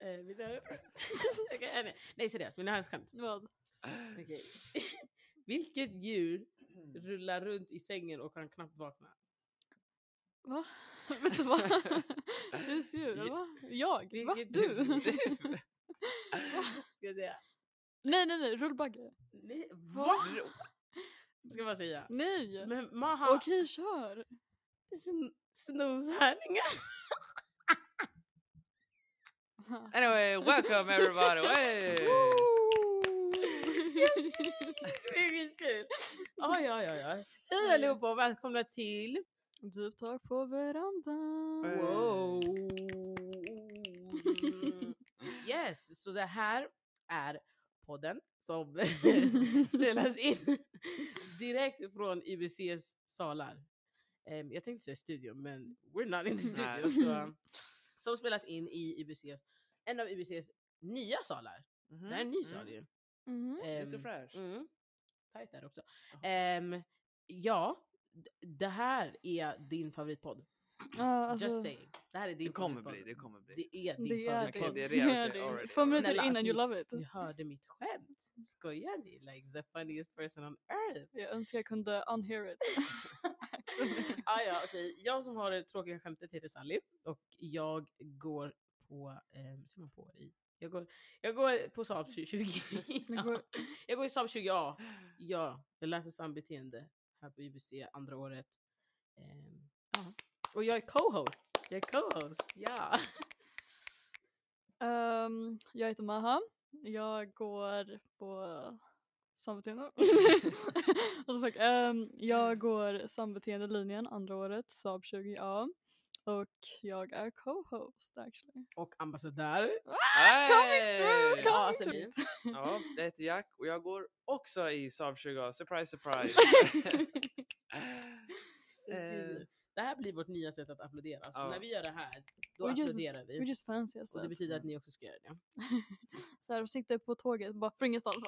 Eh, vill du höra? Okej, eh, nej, nej. nej seriöst, vill ni höra ett skämt? Vad? Okej. Mm. Vilket djur rullar runt i sängen och kan knappt vakna? Va? Vet du vad? Hur ser du? Ja. Va? Jag? Va? Vilket Du? djur- Ska jag säga? nej nej nej, rullbagge. Nej, va? Va? Ska jag bara säga. Nej! Men Maha, Okej kör! sn- snoshörningar. Anyway, welcome everybody! Hey! Det är skitkul. Ja, ja, ja, ja. Hej allihopa och välkomna till... Typ tak på verandan. Hey. Wow. Yes, så det här är podden som spelas in direkt från IBCs salar. Em, jag tänkte säga studio, men we're not in the studio. Nej. Så, som spelas in i IBCs, en av IBCs nya salar. Mm-hmm. Det här är en ny sal ju. Mhm. Mm, Lite Em, fräscht. Mm. Tajt där också. Em, ja, d- det här är din favoritpodd. Ja, alltså, Just saying. Det här är din Det kommer favoritpodd. bli, det kommer bli. Det är din Det är Okej, favoritpodd. det. det är det, är redan- det. already. Två minuter Snälla, innan alltså, you love it. Ni hörde mitt skämt. Skojar ni? Like the funniest person on earth. Jag önskar jag kunde unhear it. ah, ja, okej. Jag som har det tråkiga skämtet heter Sally och jag går på, ehm, ser man på i? Jag går, jag går på Saab 20. Mm. Jag går- jag går i Saab 20A. Ja, jag läser sambeteende här på IBC andra året. Ehm, ja. Och jag är co-host. Jag är co-host, ja. Ehm, jag heter Maha. Jag går på sambeteende. What the fuck? Ehm, jag går sambeteendelinjen andra året, Saab 20A. Och jag är co-host actually. Och ambassadör. Hey! Mm-hmm. Ja, alltså, vi- Ja, jag heter Jack och jag går också i Saab 20. Surprise, surprise! Eh, Det här blir vårt nya sätt att applådera. Så Ja. när vi gör det här, då Och just- applåderar vi. We're just fancy alltså. och det betyder att ni också ska göra det. Så här, de sitter på tåget bara från ingenstans.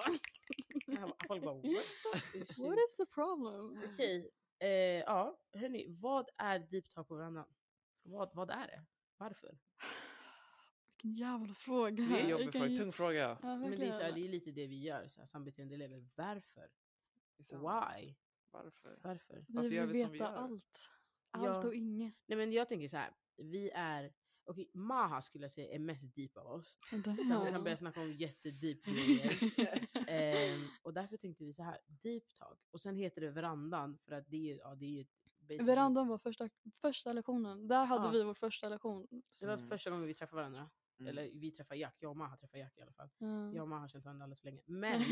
Folk bara what the shit?" What is the problem? Okej, eh, ja hörni, vad är deep talk på varannan? Vad, vad är det? Varför? Vilken jävla fråga. Det är Vilken jobbigt för jä- tung fråga. Ja, Men det är, så här, verkligen. det är lite det vi gör, så här, sambeteendeelever. Varför? Det är sant. Why? Liksom, Varför? Varför? Vi varför gör vill vi som vi veta gör? allt. Allt Ja. och inget. Nej men jag tänker så här. vi är Okej, Maha skulle jag säga är mest deep av oss. Sen vi kan börja snacka om jättedeep grejer. Ehm, och därför tänkte vi så här, deep talk. Och sen heter det verandan för att det är, ja, det är ju basically- Verandan var första, första lektionen. Där hade Ja. vi vår första lektion. Det var Mm. första gången vi träffade varandra. Mm. Eller vi träffar Jack, jag och Maha träffar Jack i alla fall. Mm. Jag och Maha har känt varandra alldeles för länge. Men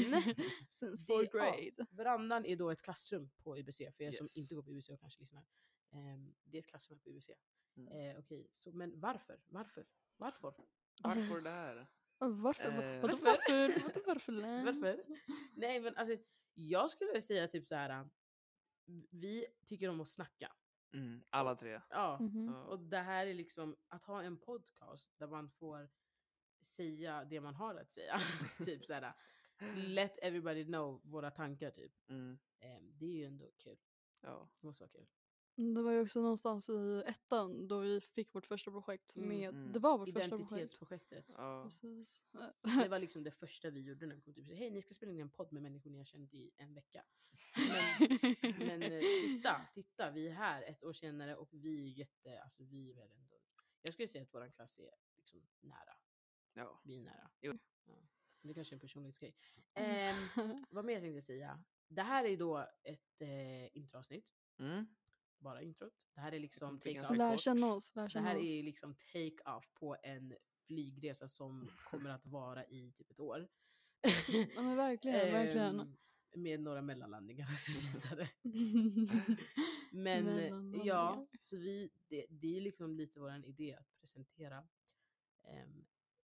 Since Det- fourth ja. grade. verandan är då ett klassrum på UBC för er som Yes. inte går på UBC och kanske lyssnar. Ehm, det är ett klassrum här på UBC. Mm. Eh, Okej, så men varför? Varför? Varför? Alltså- Varför det här? Och Varför? Eh, Vadå varför? Vadå varför? län? Varför? Nej men alltså, jag skulle säga typ så här. äh, Vi tycker om att snacka. Mm, alla tre. Ja. Mhm. Ja. Och det här är liksom att ha en podcast där man får säga det man har att säga. typ såhär, let everybody know våra tankar typ. Mm, Eh, Det är ju ändå kul. ja. Det måste vara kul. Det var ju också någonstans i ettan då vi fick vårt första projekt Mm, med... mm. Det var vårt första projekt. Identitetsprojektet. ja. Precis. Det var liksom det första vi gjorde när vi kom till Hej, ni ska spela in en podd med människor ni har känt i en vecka. Men, men eh, titta, titta, vi är här ett år senare och vi är jätte, alltså vi är väl ändå. Jag skulle säga att våran klass är liksom nära. ja. Vi är nära. Jo. Ja. Det kanske är en personlighetsgrej. Mm. Ehm, vad mer tänkte jag säga? Det här är då ett eh, introavsnitt. Mm. Bara introt. Det här är liksom kommer bli take ganska off. Lär kort. Mm. känna oss. Lär Det känna här oss. är liksom take off på en flygresa som kommer att vara i typ ett år. Ja men verkligen, verkligen. Ehm, med några mellanlandningar och så vidare. Men eh, ja, Mellanlandningar. så vi, det, det är liksom lite våran idé att presentera um,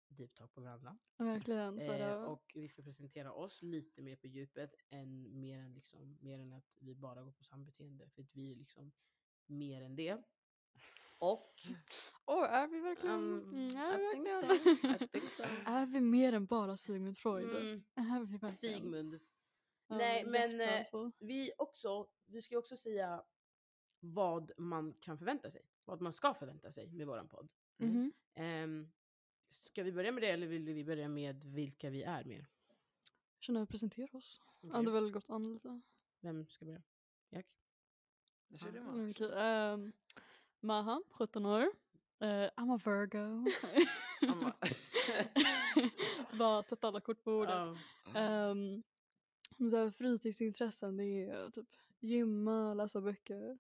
Deep Talk på varandra. verkligen. Så Eh, det, och vi ska presentera oss lite mer på djupet än mer än, liksom, mer än att vi bara går på sambeteende. För att vi är liksom mer än det. Och... Åh, är vi verkligen... Um, mm, är, vi I think so. verkligen? I think so. är vi mer än bara Sigmund Freud? Mm, Är vi verkligen? Sigmund. Ja, Nej, men, jätte, eh, alltså. Vi, också, vi ska också säga vad man kan förvänta sig. Vad man ska förvänta sig med våran podd. Mhm. Ehm, Ska vi börja med det eller vill vi börja med vilka vi är mer? Känner jag presentera oss. Okej. Hade väl gått an lite. Vem ska börja? Jack? Jag körde Ja, ju Mm, match. Okej. ehm, Mahan, 17 år. Eh, I'm a Virgo. Han bara- Bara sätta alla kort på bordet. Ja. Ehm, men så här, fritidsintressen det är ju typ gymma, läsa böcker,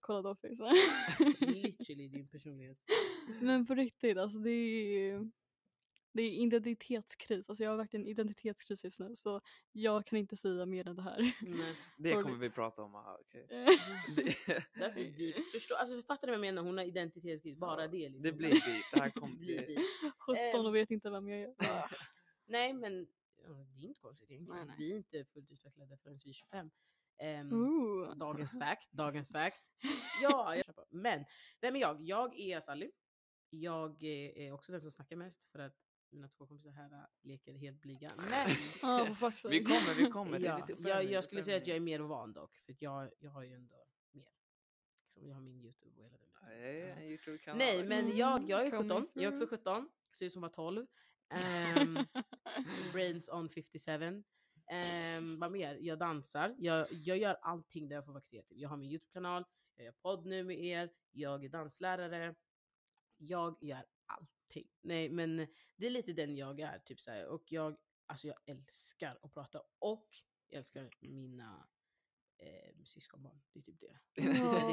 kolla Dolphins. Literally din personlighet. men på riktigt, alltså det är, det är identitetskris. Alltså jag har verkligen identitetskris just nu så jag kan inte säga mer än det här. Mm, Nej. Det Sorry. kommer vi prata om. Aha, okej. That's a det, deep. Förstå, alltså, fattar ni vad jag menar? Hon har identitetskris. Bara Ja, det. Liksom. det blir dit. Det här kommer blir bli... deep. Eh. 17 och vet inte vem jag är. Nej men ja, det är inte konstigt egentligen. Nej, nej. Vi är inte fullt utvecklade förrän vi är 25. Ehm, Mm. Ooh. Dagens fact. Dagens fact. Ja, jag köper. Men vem är jag? Jag är Sally. Jag eh, är också den som snackar mest för att mina två kompisar här eh, leker helt blyga. Men Ja, Ah, for fuck's sake. Vi kommer, vi kommer. Det är ja, lite jag, uppvärmning, jag skulle säga att jag är uppvärmning. mer van dock. För att jag, jag har ju ändå mer. Liksom, jag har min Youtube och hela den biten. Nej, en YouTube-kanal. Nej men jag, jag är Coming 17. Jag är också through. 17. Ser ut som var 12. Ehm, Brains on 57. Um, vad mer? Jag dansar. Jag, jag gör allting där jag får vara kreativ. Jag har min YouTube-kanal, jag gör podd nu med er, jag är danslärare. Jag gör allting. Nej men det är lite den jag är. Typ så här. Och jag, alltså jag älskar att prata och jag älskar mina eh, syskonbarn. Det är typ det. Ja,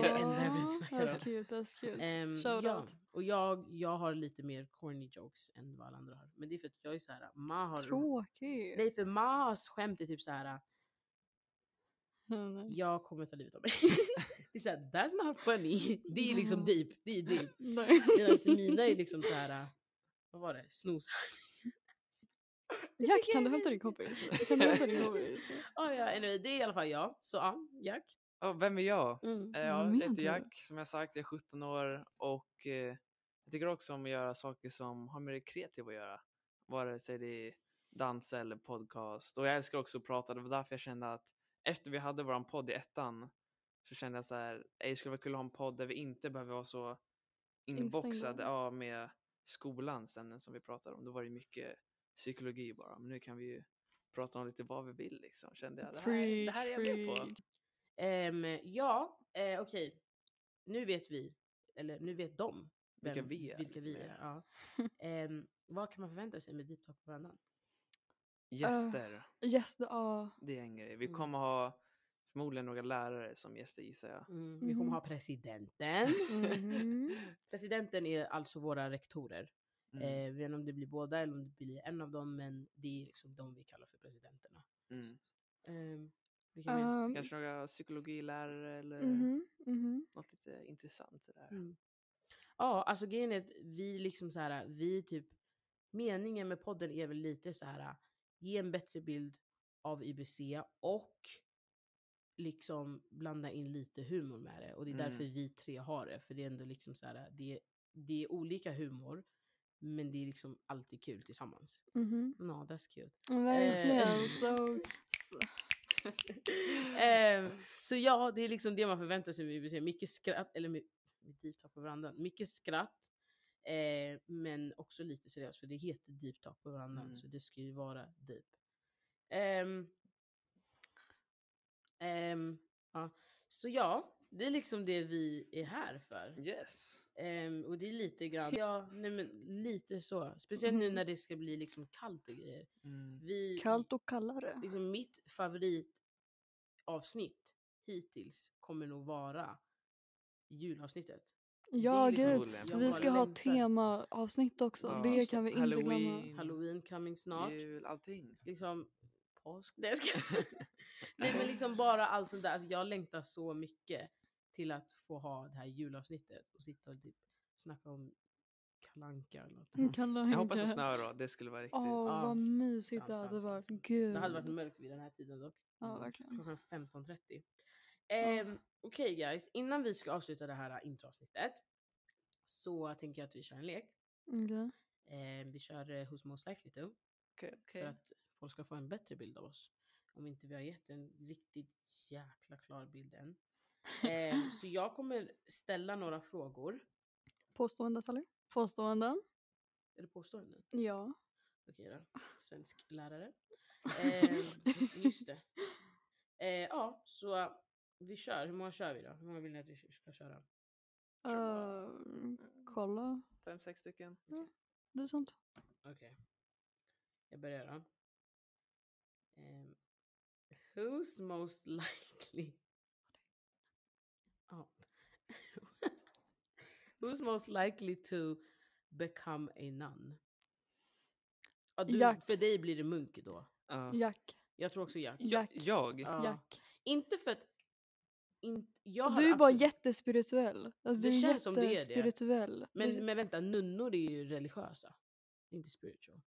det enda jag vill snacka om. Ah, That's cute, that's cute. Ehm, Shout ja. out. Och jag, jag har lite mer corny jokes än vad alla andra har. Men det är för att jag är så här, ma har Tråkig. Nej för Mas skämt är typ så här. Mm, nej. jag kommer ta livet av mig. det är såhär, that's not funny. Det är liksom Mm. Ja. deep, det är deep. Nej. Medan alltså, mina är liksom så här. vad var det, snoshörning. Jack, kan du hämta din kompis? Kan du hämta din kompis? Ah, ja, anyway, det är i alla fall jag. Så ja, Jack. Ja, vem är jag? Mm. Eh, Ja, Vad jag heter menar du? Jack, som jag sagt. Jag är 17 år och eh, jag tycker också om att göra saker som har med det kreativa att göra. Vare sig det är dans eller podcast. Och jag älskar också att prata. Det var därför jag kände att efter vi hade vår podd i ettan så kände jag så här, "Ey, det skulle vara kul att ha en podd där vi inte behöver vara så inboxade Instängda. ja, med skolans ämnen som vi pratade om. Då var det mycket psykologi bara. Men nu kan vi ju prata om lite vad vi vill liksom. Kände jag, det här, det här är jag med på. Preach, Ehm, ja, eh, okej. Nu vet vi, eller nu vet de. Vilka vi är Vilka lite vi mer. är ja. Ehm, vad kan man förvänta sig med Deep Talk på varannan? Ah. Gäster. Yes, ah. det ja. Det är en grej. Vi Mm. kommer ha förmodligen några lärare som gäster gissar jag. Mm, vi kommer Mhm. ha presidenten. Mhm. Presidenten är alltså våra rektorer. Mm. Eh, vi vet inte om det blir båda eller om det blir en av dem, men det är liksom de vi kallar för presidenterna. Mm. Ehm, vilka mer? Um, Kanske några psykologilärare eller mhm, mhm. något lite intressant sådär. Mm. Ja, alltså grejen är att vi liksom så här, vi typ, meningen med podden är väl lite så här, ge en bättre bild av IBC och liksom blanda in lite humor med det. Och det är Mm. därför vi tre har det, för det är ändå liksom så här, det, det är olika humor, men det är liksom alltid kul tillsammans. mhm. Ja, that's cute. Eh, Verkligen. So, Ehm, så ja, det är liksom det man förväntar sig med BBC. Mycket skratt, eller med, med deep talk på varandan. Mycket skratt, eh, men också lite seriöst för det heter deep talk på varandan Mm. så det ska ju vara deep. Ehm, ehm, ja. Så ja, det är liksom det vi är här för. Mm. Yes! Ehm, och det är lite grann, ja, nej men lite så. Speciellt nu Mhm. när det ska bli liksom kallt och grejer. Mm. Vi, kallt och kallare. liksom mitt favoritavsnitt hittills kommer nog vara julavsnittet. Ja, det är liksom- gud. Förmodligen, jag Vi bara ska ha längtar. temaavsnitt också. Ja, Det just kan vi inte glömma. Mm, Halloween, Halloween coming snart. jul, allting. Liksom påsk. Nej, jag skojar. Nej men liksom bara allt sånt där. Alltså, jag längtar så mycket till att få ha det här julavsnittet och sitta och typ snacka om kalanka eller något. Mm. Kalla Jag hoppas det Henke. snöar då, det skulle vara riktigt. Åh, Ja, vad mysigt sant, det hade sant, varit. sant. Gud. Det hade varit mörkt vid den här tiden dock. Mm. Ja, Mm. verkligen. Klockan 15.30. Ehm, Okej guys, innan vi ska avsluta det här äh, introavsnittet så tänker jag att vi kör en lek. Okej. Ehm, vi kör eh, Who's Most Likely To Okej, för okej. att folk ska få en bättre bild av oss. Om inte vi har gett en riktigt jäkla klar bild än. Ehm, så jag kommer ställa några frågor. Påståenden, Sally? Påståenden. Är det påståenden? Ja. Okej då. Svensk lärare. Eh, just det. Eh, ja, så vi kör. Hur många kör vi då? Hur många vill ni att vi ska köra? Eh, Mm. kolla. Fem, sex stycken. Det är sånt. Okej. Jag börjar då. Ehm, who's most likely... Ja. who's most likely to become a nun? Ja, du, Jack. För dig blir det munk då. Ja. Jack. Jag tror också Jack. Jack. Jag? Ja. Jack. Inte för att... In, jag har Du är bara absolut- jättespirituell. Alltså, Det du är känns som det är det. jättespirituell. Du- men, men vänta, nunnor är ju religiösa. Inte spiritual.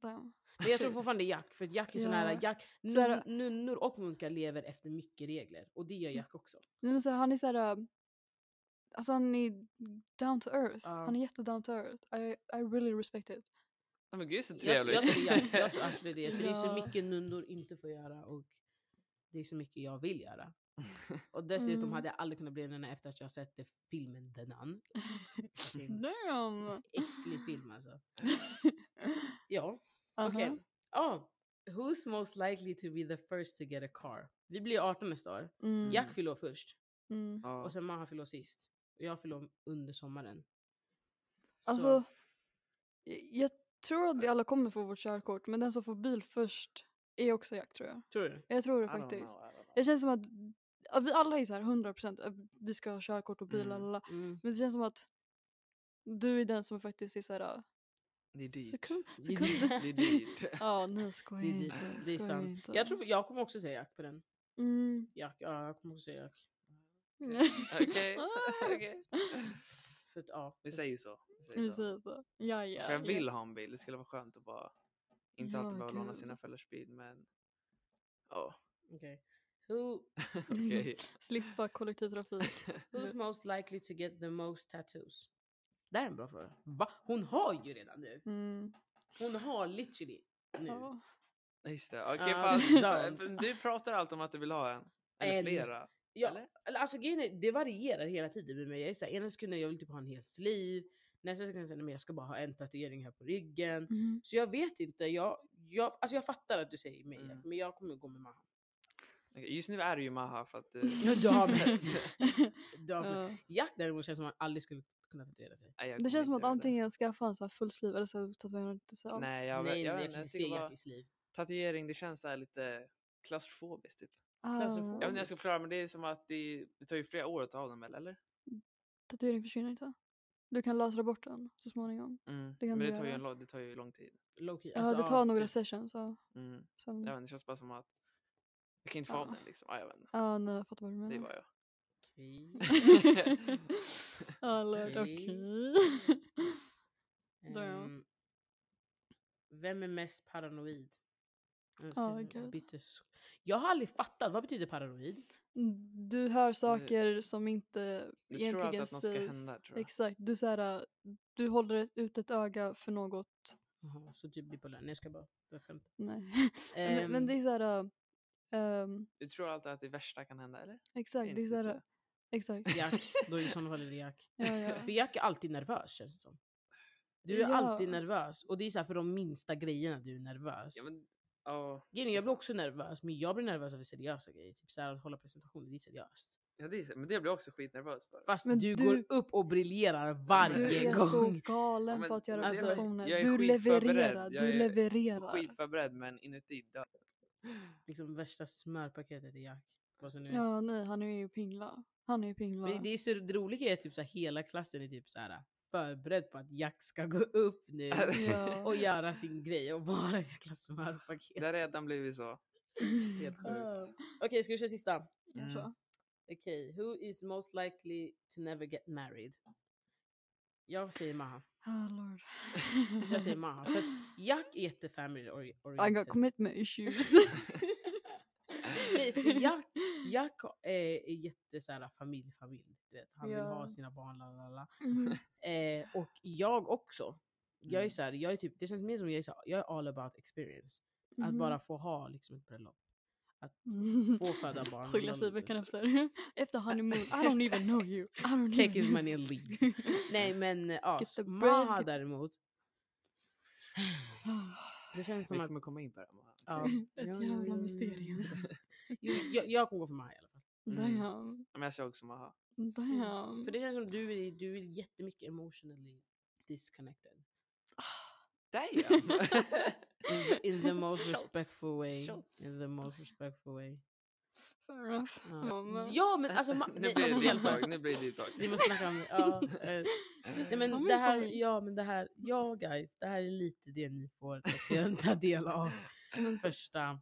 Damn. Men jag tror fortfarande Jack, för att Jack är sån här, Ja. Jack, nun, Så här- nunnor och munkar lever efter mycket regler. Och det Mm. gör Jack också. Nej, men så här, han är så här... äh, Alltså han är down to earth. Ja. Han är jätte down to earth. I, I really respect it. Ja, men gud så Jag, trevligt. jag, tror Jack, jag tror absolut det. För det är så Ja. mycket nunnor inte får göra och det är så mycket jag vill göra. Och dessutom Mm. hade jag aldrig kunnat bli en nunna efter att jag sett det- filmen The Nun. Alltså, Vilken Damn! äcklig film alltså. Ja, okej. Aha. Ja, Who's most likely to be the first to get a car? Vi blir 18 nästa år. Mm, Jack fyller år först. mm. Ja. Och sen Maha fyller år sist. Och jag fyller år under sommaren. Så- Alltså, jag- jag tror att vi alla kommer få vårt körkort men den som får bil först är också Jack tror jag. Tror du? Jag tror det I don't know, faktiskt. I don't know. Det känns som att ja, vi alla är så här 100% att vi ska ha körkort och bil. Mm. lalala. Mm. Men det känns som att du är den som faktiskt är så här äh, Det är dyrt. så kul. Det Så är kul. Det är dyrt. Ja, nu skojar Det är jag dyrt. inte. Det är skojar sant. inte. Jag, tror, jag kommer också säga Jack på den. Mm. Jack, ja, jag kommer också säga Jack. Okej. Eh, Okej. För att, ja. Vi säger så. Vi säger så. Precis. Ja, ja. liksom. För jag vill ha en bil. Det skulle vara skönt att bara inte Ja, alltid behöva låna gud. sina föräldrars bil. Men ja, Okej. Who, okej. Slippa kollektivtrafik. who's most likely to get the most tattoos? Det här är en bra fråga. Va? Hon har ju redan nu. Mm. Hon har literally nu. Ja. Nej, Just det. Okej, Ja, fast- don't. du pratar alltid om att du vill ha en. Eller En. flera. Ja, Eller? eller, alltså, grejen är, det varierar hela tiden med mig. Jag är så här, ena sekunden jag vill typ ha en hel sliv. Nästa sekund säger jag "Nej, jag ska bara ha en tatuering här på ryggen. Mm. Så jag vet inte. Jag, jag, alltså jag fattar att du säger mig, Mm. men jag kommer gå med Maha. Okej, Just nu är det ju Maha för att du... Ja, du har mest. Du har mest. Ja. Jack däremot känns som att han aldrig skulle kunna tatuera sig. Nej, Det jag kommer känns som att inte göra det. antingen skaffa en så här full sleeve eller så tatuerar inte sig alls. Nej, jag, nej, jag, nej, jag vet inte, kan jag se tycker bara, Jackis liv. tatuering det känns så här lite klaustrofobiskt typ. Ah, Klaustrofobiskt. Jag vet inte jag ska förklara men det är som att det, det tar ju flera år att ta av dem väl, eller? Tatuering försvinner inte. Du kan lasra bort den så småningom. Det Det kan men du det tar, ju göra. en, lång- det tar ju lång tid. Low key. Ja, Alltså, det tar några typ. sessions. Ja, Mm. sen, Jag vet ja. inte, det känns bara som att jag kan inte få Ja. av den liksom. Ja, jag vet inte. nej, jag fattar vad du menar. Det var jag. Okej. Alla, Okej. okej. Där, ja. Ehm, vem är mest paranoid? Jag Ja, skrev gud. bittersk- Jag har aldrig fattat, vad betyder paranoid? Du hör saker som inte Mm. Du tror egentligen alltid att något sägs. ska hända, tror jag. Exakt, du, så här, du håller ett- ut ett öga för något. Jaha, så typ bipolär. Nej jag ska bara, det var ett skämt. Nej. Ehm, men, men det är så här... äh, ehm, Du tror alltid att det värsta kan hända, eller? exakt, det är inte typ så så här... äh, bra. Exakt. Jack, då i sådana fall är det Jack. Ja, ja. För Jack är alltid nervös känns det som. Du är Ja. alltid nervös. Och det är så här för de minsta grejerna du är nervös. Ja, men, ja, Grejen är, jag blir också nervös, men jag blir nervös över seriösa grejer. Typ så här, att hålla presentationer, det är seriöst. ja, det är, så- men det blir jag också skitnervös för. Fast Men du, du- går upp och briljerar varje Du är gång. så Ja, galen men- på att göra men det är- presentationer. jag är Du skitförberedd. levererar, Jag du är levererar. Skitförberedd men inuti dör. Liksom värsta smörpaketet i Jack. Vad som nu är. Ja, nej, han är ju pingla. Han är ju pingla. Men det, är så, det roliga är typ så här, hela klassen är typ så här förberedd på att Jack ska gå upp nu Ja. och göra sin grej och vara ett jäkla smörpaket. Det har redan blivit så. Helt Ah. sjukt. Okej, ska vi köra sista? Jag mm. tror. Okej, who is most likely to never get married? Jag säger Maha. Ah, lord. Jag säger Maha. För att Jack är jättefamily ori- I oriented. got commitment issues. Nej, för Jack, Jack har- är, är jätte så här, familj, familj. Du vet. Han vill Ja. ha sina barn, la la la. Mm. Eh, och jag också. Jag är Mm. så här, jag är typ, det känns mer som jag är, så här, jag är all about experience. Att Mhm. bara få ha liksom, ett bröllop. Få föda barn. Skilja sig veckan mm. efter. Efter honeymoon, I don't even know you. I don't Take even his know money and you. Nej men eh, ja, Get the Maha bread. däremot. Ah. Det känns som Vi att... kommer komma in på det. här, Moa. Ja. Ett Ja, jävla ja, ja, ja. mysterium. Jo, jag, jag kommer gå för Maha i alla fall. Mm. Damn. Men jag ser också Maha. Damn. För det känns som du är, du är jättemycket emotionally disconnected. Damn! In, the- in the most Shots. respectful way. Shots. In the most respectful way. Fair enough. Ja, Ja, men- ja men alltså... Ma- nu blir det i alla ditt fall. tag. Nu blir det ditt tag. Vi måste snacka om det. Ja, eh, Just nej, men come det in for här, me. ja men det här, ja guys, det här är lite det ni får ta- ta del av Men- första,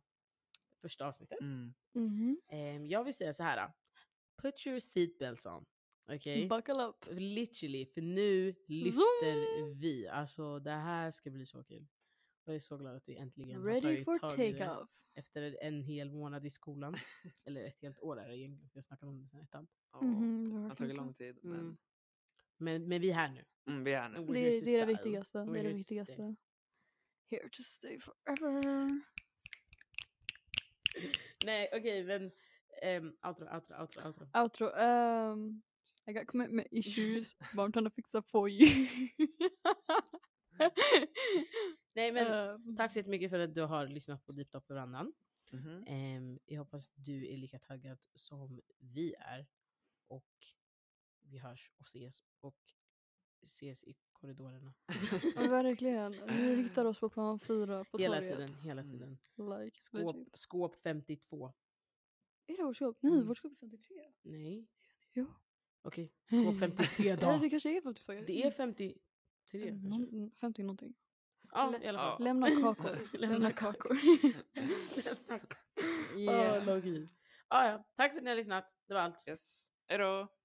första avsnittet. Mm. Mhm. Ehm, jag vill säga så här. Put your seatbelts on. Okej? Buckle up. Literally, för nu lyfter vi. Alltså det här ska bli så kul. Jag är så glad att vi äntligen har Ready tagit for tag i det. take-off. Efter en hel månad i skolan. Eller ett helt år är det egentligen. för Jag snackade om det sen ettan. Ja, Mhm, det Det var har tagit fint. lång tid, Mm. men Men, men vi är här nu. mm, vi är här nu. And we're Det, here är- to det är det style. viktigaste. We're Det är det here to stay. viktigaste. Here to stay forever. Nej okej men. Um, outro, outro, outro, outro. Outro. Um, I got commitment issues. But I'm trying to fix up for you. Nej men Um, tack så jättemycket för att du har lyssnat på Deep Talk med Brandan. Mhm. Mm. Ehm, jag hoppas du är lika taggad som vi är. Och vi hörs och ses och ses i korridorerna. ja, verkligen. Ni hittar oss på plan 4 på hela torget. tiden, hela Mm. tiden. Like, Skåp, legit. skåp 52. Är det vårt skåp? Nej, Mm. vårt skåp är 53. Nej, Jo. okej. Skåp 53 Eller det dag. kanske är 54. Det är 53 kanske. Någon, 50 någonting. Ja, i alla fall. Ja. Lämna kakor. Lämna Lämna kakor. Åh, logik. Ja, ja. Tack för att ni har lyssnat. Det var allt. Yes. Hej då!